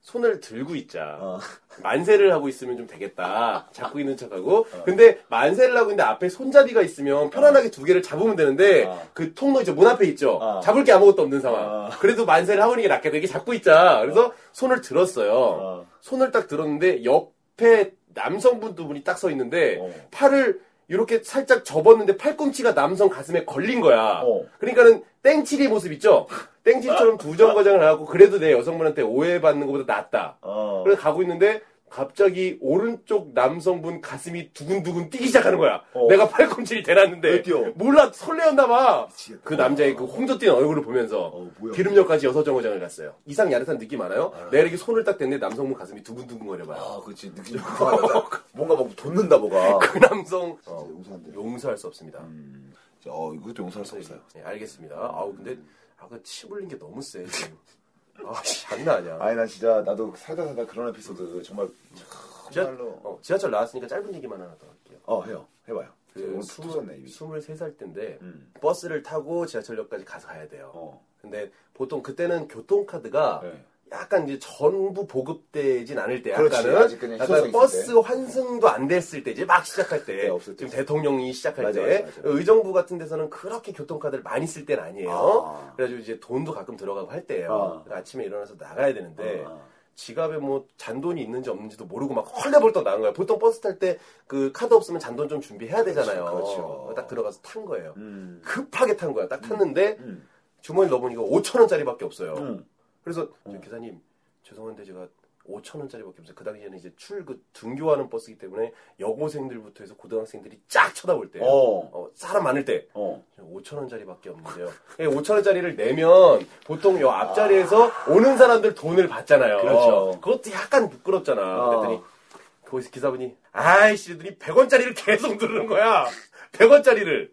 C: 손을 들고 있자.
A: 어.
C: 만세를 하고 있으면 좀 되겠다. 잡고 있는 척하고.
A: 어.
C: 근데 만세를 하고 있는데 앞에 손잡이가 있으면 편안하게 두 개를 잡으면 되는데
A: 어.
C: 그 통로 이제 문 앞에 있죠.
A: 어.
C: 잡을 게 아무것도 없는 상황.
A: 어.
C: 그래도 만세를 하고 있는 게 낫겠다. 이게 잡고 있자. 그래서 손을 들었어요.
A: 어.
C: 손을 딱 들었는데 옆에 남성분 두 분이 딱 서 있는데
A: 어.
C: 팔을 이렇게 살짝 접었는데 팔꿈치가 남성 가슴에 걸린 거야.
A: 어.
C: 그러니까는 땡칠이 모습 있죠?
A: <laughs>
C: 땡칠처럼 두 정거장을 하고 그래도 내 여성분한테 오해받는 것보다 낫다.
A: 어.
C: 그래서 가고 있는데 갑자기 오른쪽 남성분 가슴이 두근두근 뛰기 시작하는 거야.
A: 어.
C: 내가 팔꿈치를 대놨는데
A: 왜 뛰어?
C: 몰라 설레었나 봐.
A: 미치겠다.
C: 그 남자의 그 홍조 뛰는 얼굴을 보면서
A: 어, 뭐야.
C: 기름역까지 여섯 정거장을 갔어요. 이상 야릇한 느낌 알아요? 내가 이렇게 손을 딱 댔는데 남성분 가슴이 두근두근 거려봐요.
A: 아, 그렇지. 느낌이 이상하다. 뭔가 막 돋는다, 뭐가.
C: 그 남성 어,
A: 용서 안 돼요.
C: 용서할 수 없습니다.
A: 어, 이것도 용서할 수 음. 없어요.
C: 네, 알겠습니다. 아우 근데 아까 치 불린 게 너무 세. 지금. 아 씨, 장난 아니야.
A: 아니, 난 진짜, 나도 살다 살다 그런 에피소드 정말,
C: 지하,
A: 정말로.
C: 어, 지하철 나왔으니까 짧은 얘기만 하나 더 할게요.
A: 어, 해요. 해봐요.
C: 그
A: 오늘
C: 스물-
A: 푸셨네, 입이.
C: 23살 때인데
A: 음.
C: 버스를 타고 지하철역까지 가서 가야 돼요.
A: 어.
C: 근데 보통 그때는 교통카드가
A: 네.
C: 약간 이제 전부 보급되진 않을 때
A: 그렇지,
C: 약간은
A: 아직 그냥
C: 약간
A: 희소성 있을
C: 버스
A: 때.
C: 환승도 안 됐을 때 이제 막 시작할 때
A: 네, 없을 때.
C: 지금 대통령이 시작할
A: 맞아,
C: 때
A: 맞아, 맞아.
C: 의정부 같은 데서는 그렇게 교통카드를 많이 쓸 때는 아니에요.
A: 아.
C: 그래가지고 이제 돈도 가끔 들어가고 할 때예요.
A: 아.
C: 그래서 아침에 일어나서 나가야 되는데
A: 아.
C: 지갑에 뭐 잔돈이 있는지 없는지도 모르고 막 헐레벌떡 나간 거예요. 보통 버스 탈 때 그 카드 없으면 잔돈 좀 준비해야 되잖아요.
A: 그렇죠.
C: 딱 들어가서 탄 거예요.
A: 음.
C: 급하게 탄 거야. 딱 탔는데
A: 음.
C: 주머니 넣어보니까 5천 원짜리밖에 없어요.
A: 음.
C: 그래서 저 기사님 죄송한데 제가 5천 원짜리밖에 없어요. 그 당시에는 이제 출그 등교하는 버스이기 때문에 여고생들부터 해서 고등학생들이 쫙 쳐다볼 때, 요
A: 어.
C: 사람 많을 때.
A: 어.
C: 5천 원짜리밖에 없는데요. 5천 원짜리를 내면 보통 요 앞자리에서 오는 사람들 돈을 받잖아요.
A: 그렇죠.
C: 그것도 약간 부끄럽잖아.
A: 어.
C: 그랬더니 거기서 기사분이 아이씨, 들이 100원짜리를 계속 누르는 거야. 100원짜리를.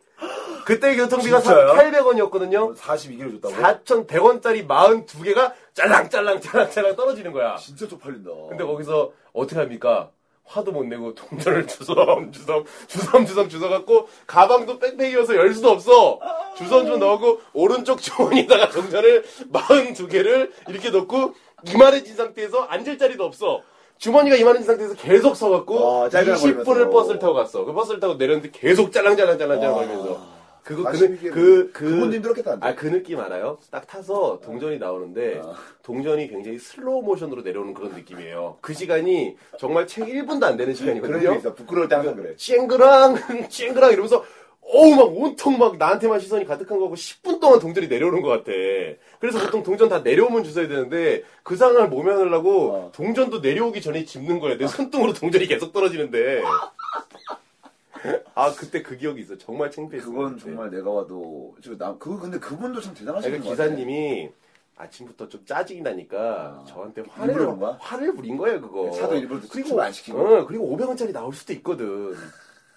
C: 그때 교통비가
A: 진짜요?
C: 800원이었거든요.
A: 42kg 줬다고?
C: 4,100원짜리 42개가 짤랑짤랑 짤랑짤랑 떨어지는 거야.
A: 진짜 쪽팔린다. 음,
C: 근데 거기서 어떻게 합니까? 화도 못 내고 동전을 주섬주섬 주섬주섬 주워갖고 가방도 백팩이어서 열 수도 없어 주섬주섬 넣고 오른쪽 주머니에다가 동전을 42개를 이렇게 넣고 이만해진 상태에서 앉을 자리도 없어 주머니가 이만해진 상태에서 계속 서갖고
A: 와, 짤랑거리면서.
C: 20분을 버스를 타고 갔어 그 버스를 타고 내렸는데 계속 짤랑짤랑짤랑짤랑
A: 와.
C: 걸면서 그거
A: 아,
C: 그,
A: 신기해.
C: 그, 그,
A: 부모님도 그렇겠다.
C: 아, 그 느낌 알아요? 딱 타서 동전이 나오는데,
A: 아.
C: 동전이 굉장히 슬로우 모션으로 내려오는 그런 느낌이에요. 그 시간이 정말 책 1분도 안 되는
A: 그런 일이
C: 시간이거든요.
A: 있어. 부끄러울 때 항상 그래.
C: 쨍그랑, <laughs> 쨍그랑 이러면서, 어우, 막 온통 막 나한테만 시선이 가득한 거고, 10분 동안 동전이 내려오는 것 같아. 그래서 보통 동전 다 내려오면 주워야 되는데, 그 상황을 모면하려고,
A: 어.
C: 동전도 내려오기 전에 집는 거야. 내 손등으로 동전이
A: <laughs>
C: 계속 떨어지는데. 아, 그때 그 기억이 있어. 정말 창피했어.
A: 그건 정말 내가 와도 지금 나 그거 근데 그분도 참 대단하신
C: 그러니까
A: 것 같아.
C: 기사님이 아침부터 좀 짜증이 나니까
A: 아.
C: 저한테
A: 일부러
C: 화를
A: 그런 거야?
C: 화를 부린 거예요 그거.
A: 차도 일부러 출근 안 시키고?
C: 어, 그리고 500원짜리 나올 수도 있거든.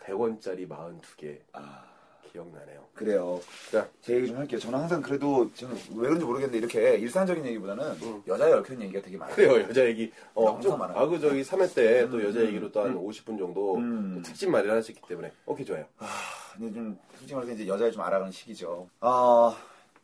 C: 100원짜리 42개
A: 아,
C: 기억나네요.
A: 그래요.
C: 자,
A: 제 얘기 좀 할게요. 저는 항상 그래도 저는 왜 그런지 모르겠는데 이렇게 일상적인 얘기보다는 여자에 얽힌 얘기가 되게 많아요.
C: 그래요 여자 얘기. 어,
A: 엄청
C: 좀
A: 많아요.
C: 아그 저기 3회 때 또 여자 얘기로 또 한 50분 정도
A: 음.
C: 또 특집 마련할 수 있기 때문에 오케이 좋아요.
A: 근데 좀 솔직히 말해서 이제 여자를 좀 알아가는 시기죠. 아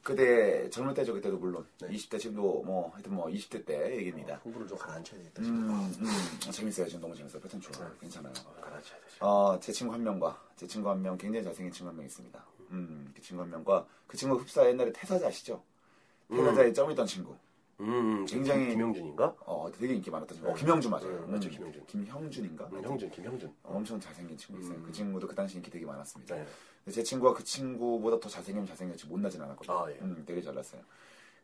A: 그때 젊을 때죠 그때도 물론
C: 네.
A: 20대 지금도 뭐 하여튼 뭐 20대 때 얘기입니다.
C: 공부를 좀 가라앉혀야 되겠다. 지금.
A: 음, 음, 재밌어요 지금 너무 재밌어요 패턴
C: 네.
A: 좋아요 괜찮아요.
C: 가라앉혀야 돼.
A: 어, 제 친구 한 명과 제 친구 한 명 굉장히 잘생긴 친구 한 명 있습니다. 음, 그 친구 한 명과 그 친구 흡사 옛날에 태사자 아시죠? 태사자에 점이 있던 친구.
C: 음, 음,
A: 굉장히-
C: 김- 김영준인가?
A: 어, 되게 인기 많았던 친구. 어,
C: 네.
A: 김영준 맞아요.
C: 네, 맞죠, 김영준.
A: 김형준인가?
C: 음, 형준, 김형준.
A: 엄청 잘생긴 친구 있어요. 그 친구도 그 당시 인기 되게 많았습니다.
C: 음. 네.
A: 근데 제 친구가 그 친구보다 더 잘생기면 잘생겼지 못나진 않았거든요.
C: 아, 예.
A: 음, 되게 잘났어요.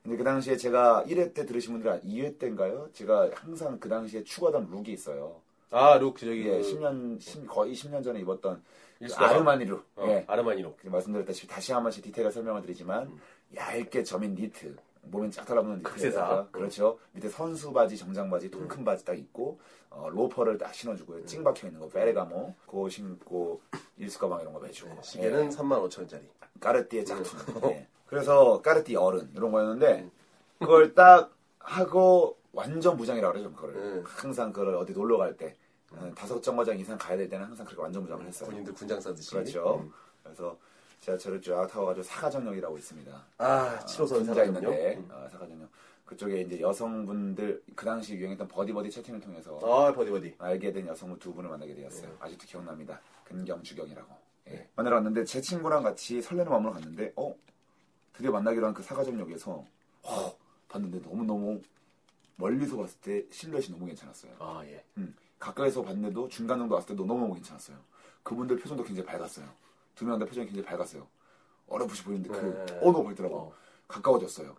A: 근데 그 당시에 제가 1회 때 들으신 분들 은 2회 때인가요? 제가 항상 그 당시에 추구하던 룩이 있어요.
C: 아, 룩, 저기.
A: 이게
C: 그
A: 10년, 10 거의 10년 전에 입었던 그
C: 일수다가?
A: 아르마니 룩.
C: 어,
A: 예.
C: 아르마니 룩.
A: 그 말씀드렸다시피 다시 한 번씩 디테일을 설명을 드리지만
C: 음.
A: 얇게 점인 니트 몸엔 쫙 달라붙는 니트에다가
C: 극세사.
A: 그렇죠 밑에 선수 바지 정장 바지 통큰
C: 음.
A: 바지 딱 입고 어, 로퍼를 딱 신어주고요 찡 박혀 있는 거 베레가모 그거 신고 일수 가방 이런 거 매주고
C: 시계는
A: 예.
C: 35,000원짜리.
A: 까르띠에
C: 음.
A: 짝퉁 예. 그래서 까르띠 어른 이런 거였는데 그걸 딱 하고 완전 무장이라고 그러죠 그거를
C: 음.
A: 항상 그걸 어디 놀러 갈 때 다섯 정거장 이상 가야 될 때는 항상 그렇게 완전 무장을 했어요
C: 군인들 군장 싸듯이.
A: 그렇죠. 그래서 지하철을 쫙 타고 가지고 사가전역이라고 있습니다.
C: 아, 7호선
A: 혼자
C: 사람은요?
A: 있는데 아, 사가전역 그쪽에 이제 여성분들 그 당시 유행했던 버디버디 채팅을 통해서
C: 아, 버디, 버디.
A: 알게 된 여성분 두 분을 만나게 되었어요. 아직도 기억납니다. 근경 주경이라고 예. 만나러 갔는데 제 친구랑 같이 설레는 마음으로 갔는데 어 드디어 만나기로 한 그 사가전역에서 어, 봤는데 너무 너무 멀리서 봤을 때 실루엣이 너무 괜찮았어요.
C: 아, 예.
A: 음, 가까이서 봤는데도 중간 정도 왔을 때도 너무너무 괜찮았어요. 그분들 표정도 굉장히 밝았어요. 두 명 다 표정이 굉장히 밝았어요. 어렴풋이 보이는데 그
C: 네.
A: 언어 보이더라고.
C: 어.
A: 가까워졌어요.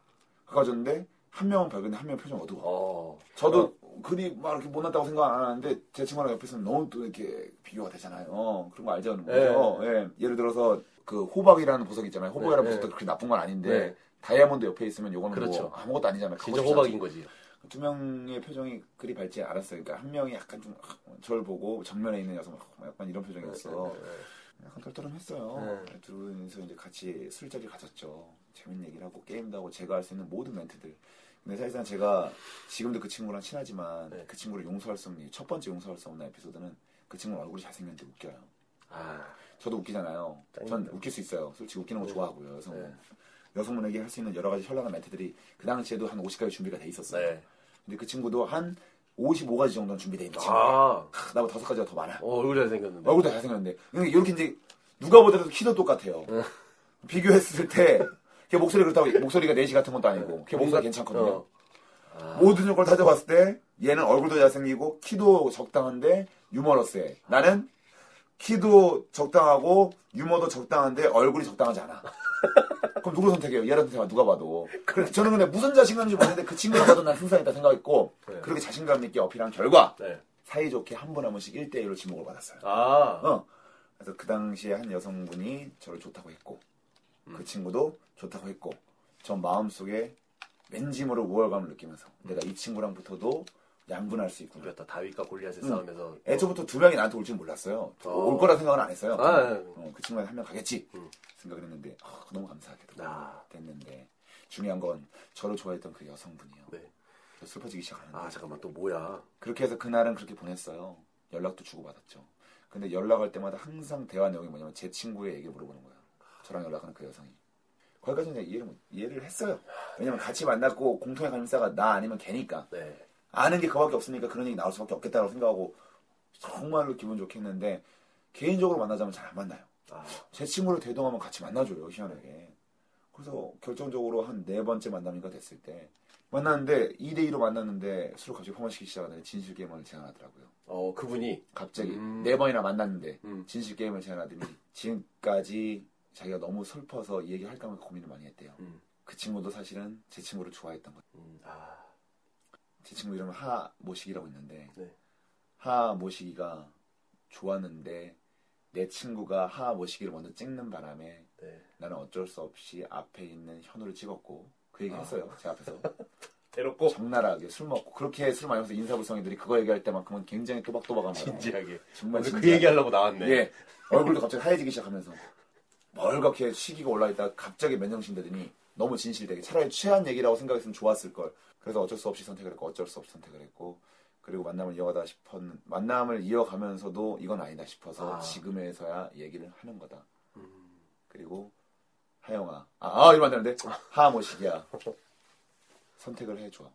A: 가까워졌는데 한 명은 밝은데 한 명 표정 어두워.
C: 어.
A: 저도 그리 막 이렇게 못났다고 생각 안 하는데 제 친구랑 옆에서는 너무 또 이렇게 비교가 되잖아요. 어, 그런 거
C: 네.
A: 알자는 거죠. 예. 예를 들어서 그 호박이라는 보석 있잖아요. 호박이라는
C: 네,
A: 보석도 그렇게 나쁜 건 아닌데
C: 네.
A: 다이아몬드 옆에 있으면 요거는
C: 그렇죠.
A: 뭐 아무것도 아니잖아요.
C: 진짜
A: 값어치잖아요.
C: 호박인 거지.
A: 두 명의 표정이 그리 밝지 않았어요. 그러니까 한 명이 약간 좀 저를 보고 정면에 있는 여성 약간 이런 표정이었어.
C: 네,
A: 약간 털털했어요. 둘이서 이제 같이 술자리 를 가졌죠. 재밌는 얘기를 하고 게임도 하고 제가 할 수 있는 모든 멘트들. 근데 사실상 제가 지금도 그 친구랑 친하지만
C: 네.
A: 그 친구를 용서할 수 없는 첫 번째 용서할 수 없는 에피소드는 그 친구 얼굴이 잘생겼는데 웃겨요.
C: 아,
A: 저도 웃기잖아요. 전
C: 짱입니다.
A: 웃길 수 있어요. 솔직히 웃기는 거 좋아하고요. 여성분.
C: 네.
A: 여성분에게 할 수 있는 여러 가지 현란한 멘트들이 그 당시에도 한 50가지 준비가 돼 있었어요.
C: 네.
A: 근데 그 친구도 한 55가지 정도는 준비돼 있는 친구야.
C: 아,
A: 크, 나보다 다섯 가지가 더 많아.
C: 어, 얼굴 잘생겼는데.
A: 얼굴도 잘생겼는데. 근데 이렇게 이제 누가 보더라도 키도 똑같아요. 비교했을 때, 걔 목소리 그렇다고 목소리가 4시 같은 것도 아니고, 걔 목소리 괜찮거든요.
C: 어. 아,
A: 모든 걸 따져봤을 때, 얘는 얼굴도 잘생기고, 키도 적당한데, 유머러스해. 나는 키도 적당하고, 유머도 적당한데, 얼굴이 적당하지 않아. 그럼 누구 선택해요? 얘랑 선택하 누가 봐도. 저는 근데 무슨 자신감인지 모르는데, 그 친구를 봐도 난 승산있다 생각했고,
C: 네.
A: 그렇게 자신감 있게 어필한 결과,
C: 네.
A: 사이좋게 한 분 한 분씩 1대1로 지목을 받았어요.
C: 아,
A: 어. 그래서 그 당시에 한 여성분이 저를 좋다고 했고,
C: 음.
A: 그 친구도 좋다고 했고, 전 마음속에 왠지 모를 우월감을 느끼면서
C: 음.
A: 내가 이 친구랑 붙어도 양분할 수 있구나.
C: 우렸다 다윗과 골리앗의
A: 음.
C: 싸움에서.
A: 애초부터 두 명이 나한테 올 줄 몰랐어요.
C: 어.
A: 올 거라 생각은 안 했어요.
C: 아, 예.
A: 어, 그 친구한테 한명 가겠지
C: 음.
A: 생각을 했는데 아, 너무 감사하게도
C: 아.
A: 됐는데 중요한 건 저를 좋아했던 그 여성분이요.
C: 네.
A: 저 슬퍼지기 시작하는데
C: 아, 잠깐만, 또 뭐야.
A: 그렇게 해서 그날은 그렇게 보냈어요. 연락도 주고받았죠. 근데 연락할 때마다 항상 대화 내용이 뭐냐면 제 친구의 얘기를 물어보는 거야. 저랑 연락하는 그 여성이. 거기까지는 이해를, 못- 이해를 했어요. 왜냐면 같이 만났고 공통의 관심사가 나 아니면 걔니까.
C: 네.
A: 아는 게 그밖에 없으니까 그런 얘기 나올 수밖에 없겠다고 생각하고 정말로 기분 좋게 했는데 개인적으로 만나자면 잘 안 만나요.
C: 아,
A: 제 친구를 대동하면 같이 만나줘요 희한하게 그래서 결정적으로 한 네 번째 만남인가 됐을 때 만났는데 2대2로 만났는데 술을 갑자기 포만시키기 시작하는데 진실 게임을 제안하더라고요
C: 어, 그분이.
A: 갑자기
C: 음.
A: 네 번이나 만났는데
C: 음.
A: 진실 게임을 제안하더니 지금까지 자기가 너무 슬퍼서 이 얘기 할까 말까 고민을 많이 했대요
C: 음.
A: 그 친구도 사실은 제 친구를 좋아했던 거예요
C: 음, 아,
A: 제 친구 이름은 하모식이라고 있는데
C: 네.
A: 하모식이가 좋았는데 내 친구가 하모식이를 먼저 찍는 바람에
C: 네.
A: 나는 어쩔 수 없이 앞에 있는 현우를 찍었고 그 얘기
C: 아.
A: 했어요 제 앞에서
C: 대놓고.
A: 적나라하게 술 먹고 그렇게 술 마시면서 인사불성이들이 그거 얘기할 때만큼은 굉장히 또박또박한 거예요.
C: 진지하게.
A: 정말
C: 오늘 그
A: 진지하게.
C: 얘기하려고 나왔네.
A: 예 얼굴도 갑자기 하얘지기 시작하면서 멀겋게 시기가 올라있다가 갑자기 맨정신 되더니 너무 진실되게 차라리 취한 얘기라고 생각했으면 좋았을 걸 그래서 어쩔 수 없이 선택을 했고 어쩔 수 없이 선택을 했고 그리고 만남을 이어가다 싶었는 만남을 이어가면서도 이건 아니다 싶어서
C: 아.
A: 지금에서야 얘기를 하는 거다
C: 음,
A: 그리고 하영아 아, 아 이러면 안 되는데 하모식이야 선택을 해줘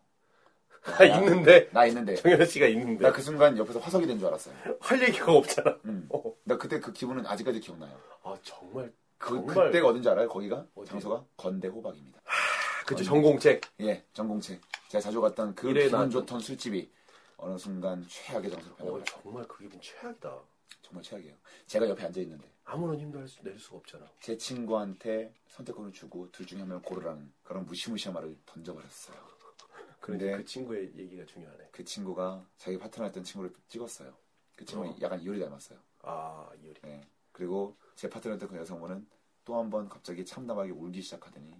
C: 아, 있는데.
A: 나 있는데
C: 정현아 씨가 있는데.
A: 나 그 순간 옆에서 화석이 된 줄 알았어요
C: 할 얘기가 없잖아.
A: 음.
C: 어.
A: 나 그때 그 기분은 아직까지 기억나요
C: 아, 정말.
A: 그,
C: 정말.
A: 그때가 어딘지 알아요 거기가
C: 어디요?
A: 장소가 건대 호박입니다
C: 그쵸 전공책
A: 예, 전공책. 제가 자주 갔던 그
C: 일요일에
A: 기분
C: 나왔던.
A: 좋던 술집이 어느 순간 최악의 장소로 변해버렸어요.
C: 어, 정말 그 기분 최악이다
A: 정말 최악이에요. 제가 옆에 앉아 있는데
C: 아무런 힘도 할 수, 낼 수가 없잖아
A: 제 친구한테 선택권을 주고 둘 중에 한 명을 고르라는 그런 무시무시한 말을 던져버렸어요.
C: 그런데
A: 근데-
C: 그 친구의 얘기가 중요하네
A: 그 친구가 자기 파트너였던 친구를 찍었어요. 그 친구
C: 어.
A: 는 약간 이효리 닮았어요.
C: 아 이효리
A: 예. 그리고 제 파트너였던 그 여성분은 또 한 번 갑자기 참담하게 울기 시작하더니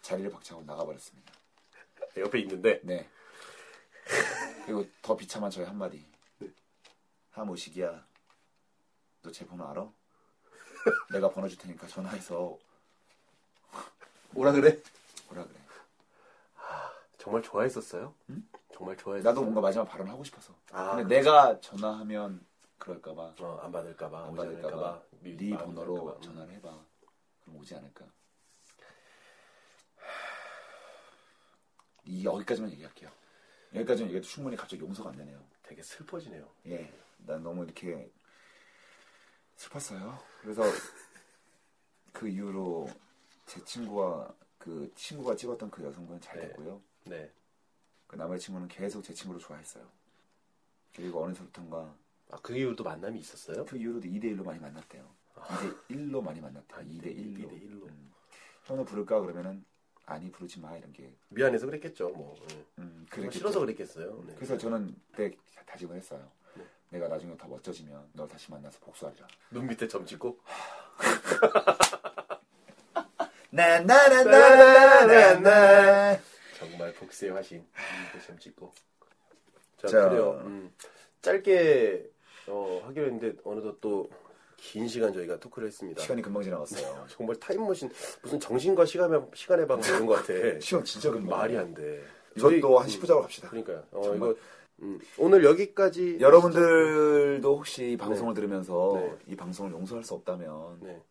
A: 자리를 박차고 나가버렸습니다.
C: 옆에 있는데
A: 네. 그리고 더 비참한 저의 한마디.
C: 네.
A: 하모식이야. 너 제 번호 알아? 내가 번호 줄 테니까 전화해서
C: 오라 그래
A: 오라 그래.
C: 정말 좋아했었어요? 정말 좋아했어요?
A: 나도 뭔가 마지막 발언 하고 싶어서.
C: 아,
A: 근데 내가 전화하면 그럴까봐.
C: 어, 안 받을까봐
A: 안
C: 오지
A: 받을까봐.
C: 않을까봐 미-
A: 네
C: 마음이
A: 번호로
C: 그럴까봐.
A: 전화를 해봐. 그럼 오지 않을까. 이 여기까지만 얘기할게요. 여기까지는 얘기해도 충분히 갑자기 용서가 안 되네요.
C: 음, 되게 슬퍼지네요
A: 예, 난 너무 이렇게 슬펐어요. 그래서 그 이후로 제 친구와 그 친구가 찍었던 그 여성분은 잘
C: 네.
A: 됐고요.
C: 네
A: 그 남의 친구는 계속 제 친구를 좋아했어요. 그리고 어느 순간가
C: 아, 그 이후로도 만남이 있었어요?
A: 그 이후로도 2대1로 많이 만났대요. 이제 1로 많이 만났대요.
C: 아,
A: 2대1로. 음.
C: 2대 1로.
A: 형은 부를까? 그러면은 아니 부르지 마 이런 게
C: 미안해서 그랬겠죠 뭐 응.
A: 음,
C: 정말
A: 그랬겠죠.
C: 싫어서 그랬겠어요 네.
A: 그래서 저는 그때 다짐을 했어요.
C: 네.
A: 내가 나중에 더 멋져지면 널 다시 만나서 복수하리라.
C: 눈 밑에 점 찍고
A: 네, 나나나나나나
C: 정말 복수의 화신 눈 밑에 점 찍고 자,
A: 자.
C: 그래요 음. 짧게 어, 하기로 했는데 어느덧 또 긴 시간 저희가 토크를 했습니다
A: 네.
C: 아,
A: 시간이 금방 지나갔어요.
C: 정말 타임머신 무슨 정신과 시간의 시간의 방 그런 것 같아
A: <laughs> 시간 진짜 금방.
C: 말이 안돼
A: 이것도 한 10분 작업 합시다.
C: 그러니까요 어,
A: 정말.
C: 이거 음, 오늘 여기까지
A: 여러분들도 혹시 이 방송을 들으면서
C: 네.
A: 이 방송을 용서할 수 없다면
C: 네.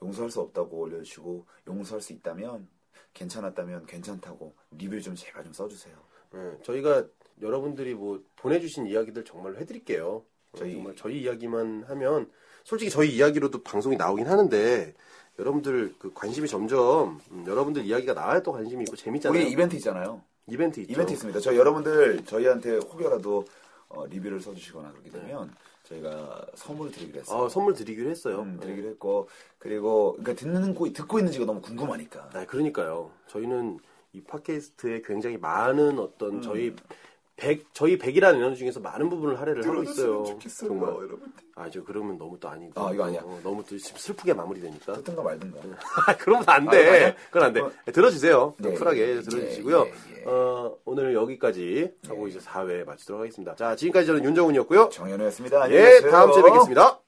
A: 용서할 수 없다고 올려주시고 용서할 수 있다면 괜찮았다면 괜찮다고 리뷰 좀 제발 좀 써주세요.
C: 예, 저희가 여러분들이 뭐 보내주신 이야기들 정말 해드릴게요.
A: 저희-
C: 저희 정말 저희 이야기만 하면 솔직히 저희 이야기로도 방송이 나오긴 하는데 여러분들 그 관심이 점점 음, 여러분들 이야기가 나와야 또 관심이 있고 재밌잖아요.
A: 우리 이벤트 있잖아요.
C: 이벤트 있죠.
A: 이벤트 있습니다. 저 여러분들 저희한테 혹여라도 어, 리뷰를 써주시거나 그렇게 되면 저희가 선물을 드리기로 했어요.
C: 네. 아, 선물 드리기로 했어요.
A: 음, 드리기로 했고 그리고 그러니까 듣는 거 듣고 있는지가 너무 궁금하니까.
C: 아, 그러니까요. 저희는 이 팟캐스트에 굉장히 많은 어떤
A: 음.
C: 저희 백 저희 백이라는 연어 중에서 많은 부분을 할애를 하고 있어요. 정말.
A: 여러분.
C: 아, 저 그러면 너무 또 아니고.
A: 아, 이거 아니야.
C: 어, 너무 또 지금 슬프게 마무리되니까.
A: 듣든가 말든가.
C: 아, 그러면 안
A: 아, 이거 아니야?
C: 돼. 그건 안 돼. 들어주세요.
A: 네,
C: 쿨하게
A: 예,
C: 들어주시고요.
A: 예, 예.
C: 어, 오늘 여기까지
A: 네.
C: 하고 이제 4회 마치도록 하겠습니다. 자, 지금까지 저는 윤정훈이었고요.
A: 정현우였습니다. 아, 안녕히
C: 예,
A: 계세요.
C: 다음 주에 뵙겠습니다.